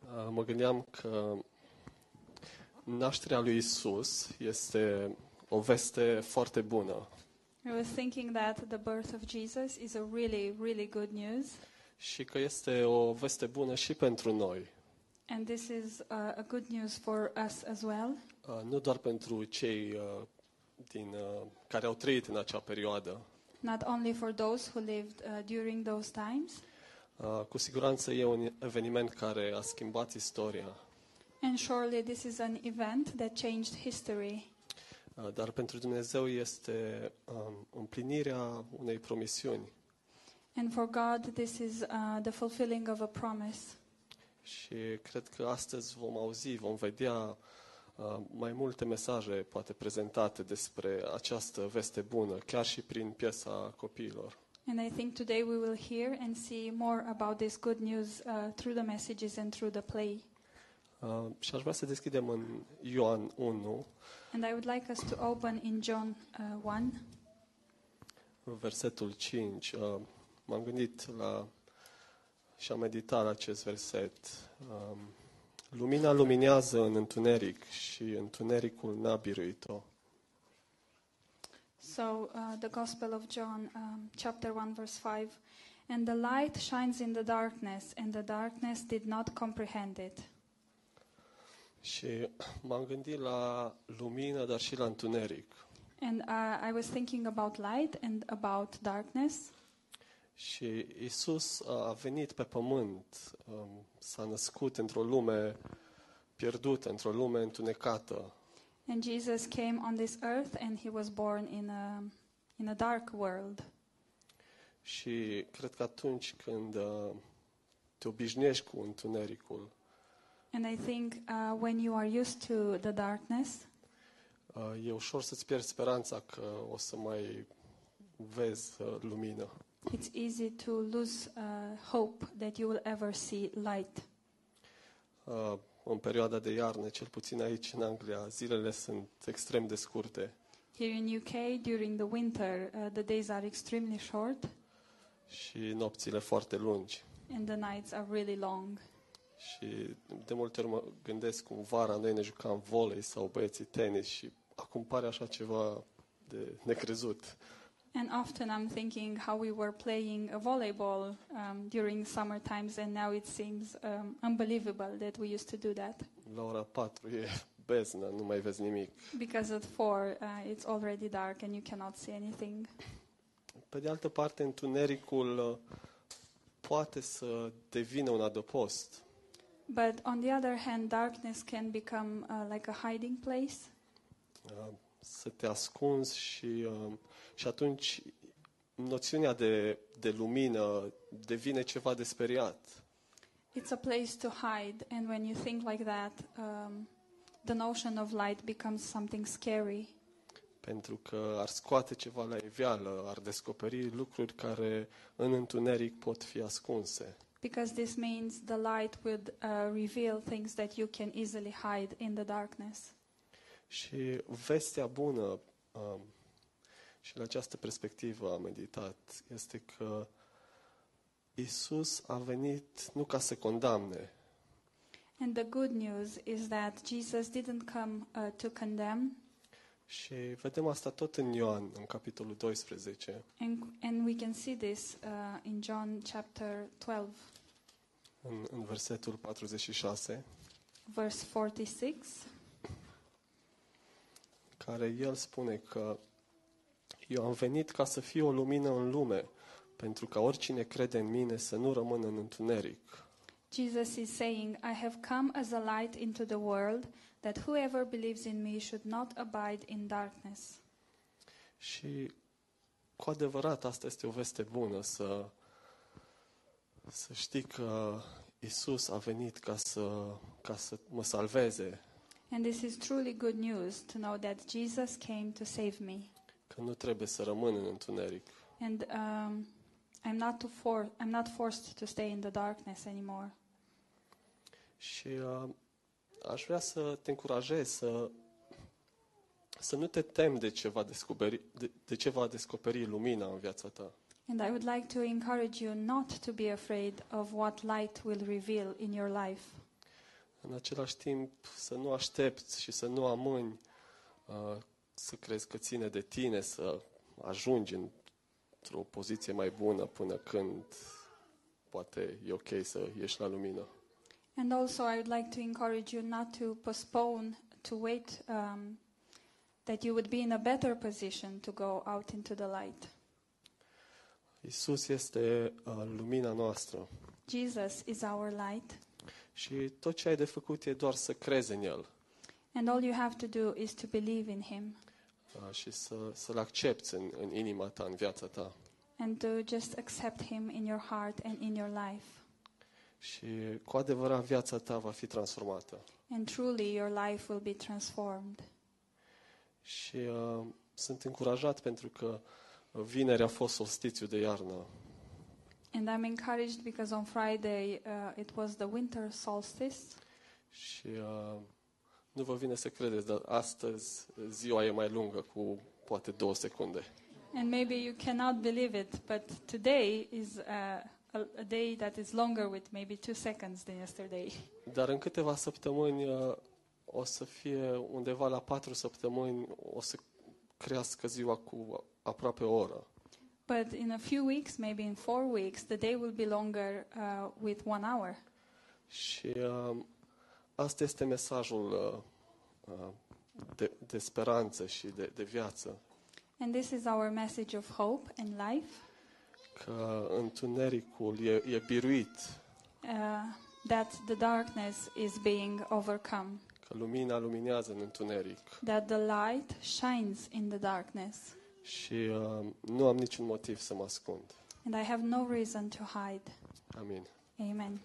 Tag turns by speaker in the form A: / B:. A: uh, mă gândeam că nașterea lui Isus este o veste foarte bună
B: I was thinking that the birth of Jesus is a really, really good news,
A: și că este o veste bună și pentru noi.
B: and this is uh, a good news for us as well,
A: Uh, Nu doar pentru cei uh, din, uh, care au trăit în acea perioadă.
B: not only for those who lived uh, during those times.
A: Uh, Cu siguranță e un eveniment care a schimbat istoria,
B: And surely this is an event that changed history.
A: Uh, dar pentru Dumnezeu este um, împlinirea unei promisiuni.
B: And for God, this is uh, the fulfilling of a promise.
A: Și cred că astăzi vom auzi, vom vedea uh, mai multe mesaje, poate prezentate despre această veste bună, chiar și prin piesa copiilor.
B: And I think today we will hear and see more about this good news uh, through the messages and through the play.
A: Uh, Și aș vrea să deschidem în Ioan 1,
B: And I would like us to open in John uh, 1.
A: versetul 5. Uh, M-am gândit la și am meditat la acest verset. Um, Lumina luminează în întuneric și întunericul n-a biruit-o.
B: So, uh, the Gospel of John, um, chapter 1, verse 5. And the light shines in the darkness, and the darkness did not comprehend it.
A: Și m-am gândit la lumină, dar și la întuneric.
B: And uh, I was thinking about light and about darkness.
A: Și Isus a venit pe pământ, um, s-a născut într-o lume pierdută, într-o lume întunecată.
B: And Jesus came on this earth and he was born in a, in a dark world.
A: Și cred că atunci când uh, te obișnuiești cu întunericul,
B: And I think uh, when you are used to the darkness,
A: uh, e ușor să-ți pierzi speranța că o să mai vezi uh, lumină.
B: it's easy to lose uh, hope that you will ever see light.
A: Uh, În perioada de iarnă, cel puțin aici în Anglia, zilele sunt extrem de scurte
B: Here in UK, during the winter, uh, the days are extremely short
A: și nopțile foarte lungi.
B: and the nights are really long.
A: Și de multe ori mă gândesc cum vara noi ne jucam volei sau băieții tenis și acum pare așa ceva de necrezut.
B: And often I'm thinking how we were playing a volleyball um, during summer times, and now it seems um, unbelievable that we used to do that.
A: La ora 4 e beznă, nu mai vezi nimic.
B: Because at four, uh, it's already dark and you cannot see anything.
A: Pe de altă parte, întunericul uh, poate să devină un adăpost.
B: But on the other hand, darkness can become uh, like a hiding place,
A: uh, Să te ascunzi și, uh, și atunci noțiunea de, de lumină devine ceva de speriat.
B: it's a place to hide. And when you think like that, um, the notion of light becomes something scary
A: Pentru că ar scoate ceva la iveală, ar descoperi lucruri care în întuneric pot fi ascunse.
B: because this means the light would uh, reveal things that you can easily hide in the darkness.
A: Și vestea bună, um, și la această perspectivă am meditat, este că Isus a venit nu ca să condamne,
B: And the good news is that Jesus didn't come uh, to condemn,
A: Și vedem asta tot în Ioan, în capitolul 12.
B: and, and we can see this uh, in John chapter 12.
A: În, în versetul 46,
B: verse 46
A: care el spune că eu am venit ca să fiu o lumină în lume, pentru ca oricine crede în mine să nu rămână în întuneric.
B: jesus is saying i have come as a light into the world that whoever believes in me should not abide in darkness
A: Și cu adevărat asta este o veste bună, să, să știi că Isus a venit ca să, ca să mă salveze,
B: and this is truly good news to know that jesus came to save me
A: că nu trebuie să rămân în întuneric.
B: and um, i'm not to for- i'm not forced to stay in the darkness anymore
A: Și uh, aș vrea să te încurajez să, să nu te temi de ce, va descoperi, de, de ce va descoperi lumina în viața ta.
B: and i would like to encourage you not to be afraid of what light will reveal in your life
A: În același timp, să nu aștepți și să nu amâni uh, să crezi că ține de tine să ajungi într-o poziție mai bună până când poate e ok să ieși la lumină.
B: And also, I would like to encourage you not to postpone, to wait, um, that you would be in a better position to go out into the light.
A: Isus este uh, lumina noastră
B: Jesus is our light,
A: și tot ce ai de făcut e doar să crezi în El
B: and all you have to do is to believe in Him
A: uh, și să, să-L accepti în, în inima ta, în viața ta.
B: and to just accept Him in your heart and in your life.
A: Și cu adevărat viața ta va fi transformată.
B: And truly, your life will be transformed.
A: Și uh, sunt încurajat pentru că vineri a fost solstițiu de iarnă
B: And I'm encouraged because on Friday uh, it was the winter solstice,
A: și uh, nu vă vine să credeți, dar astăzi ziua e mai lungă cu poate două secunde.
B: and maybe you cannot believe it, but today is uh, a, a day that is longer with maybe two seconds than yesterday.
A: Dar în câteva săptămâni uh, o să fie undeva la patru săptămâni, o să crească ziua cu aproape o oră.
B: But in a few weeks, maybe in four weeks, the day will be longer uh, with one hour.
A: Și uh, asta este mesajul uh, uh, de, de speranță și de, de viață,
B: And this is our message of hope and life
A: că întunericul e, e biruit,
B: uh, that the darkness is being overcome,
A: că lumina luminează în întuneric
B: that the light shines in the darkness,
A: și uh, nu am niciun motiv să mă ascund.
B: and I have no reason to hide.
A: Amin.
B: Amen.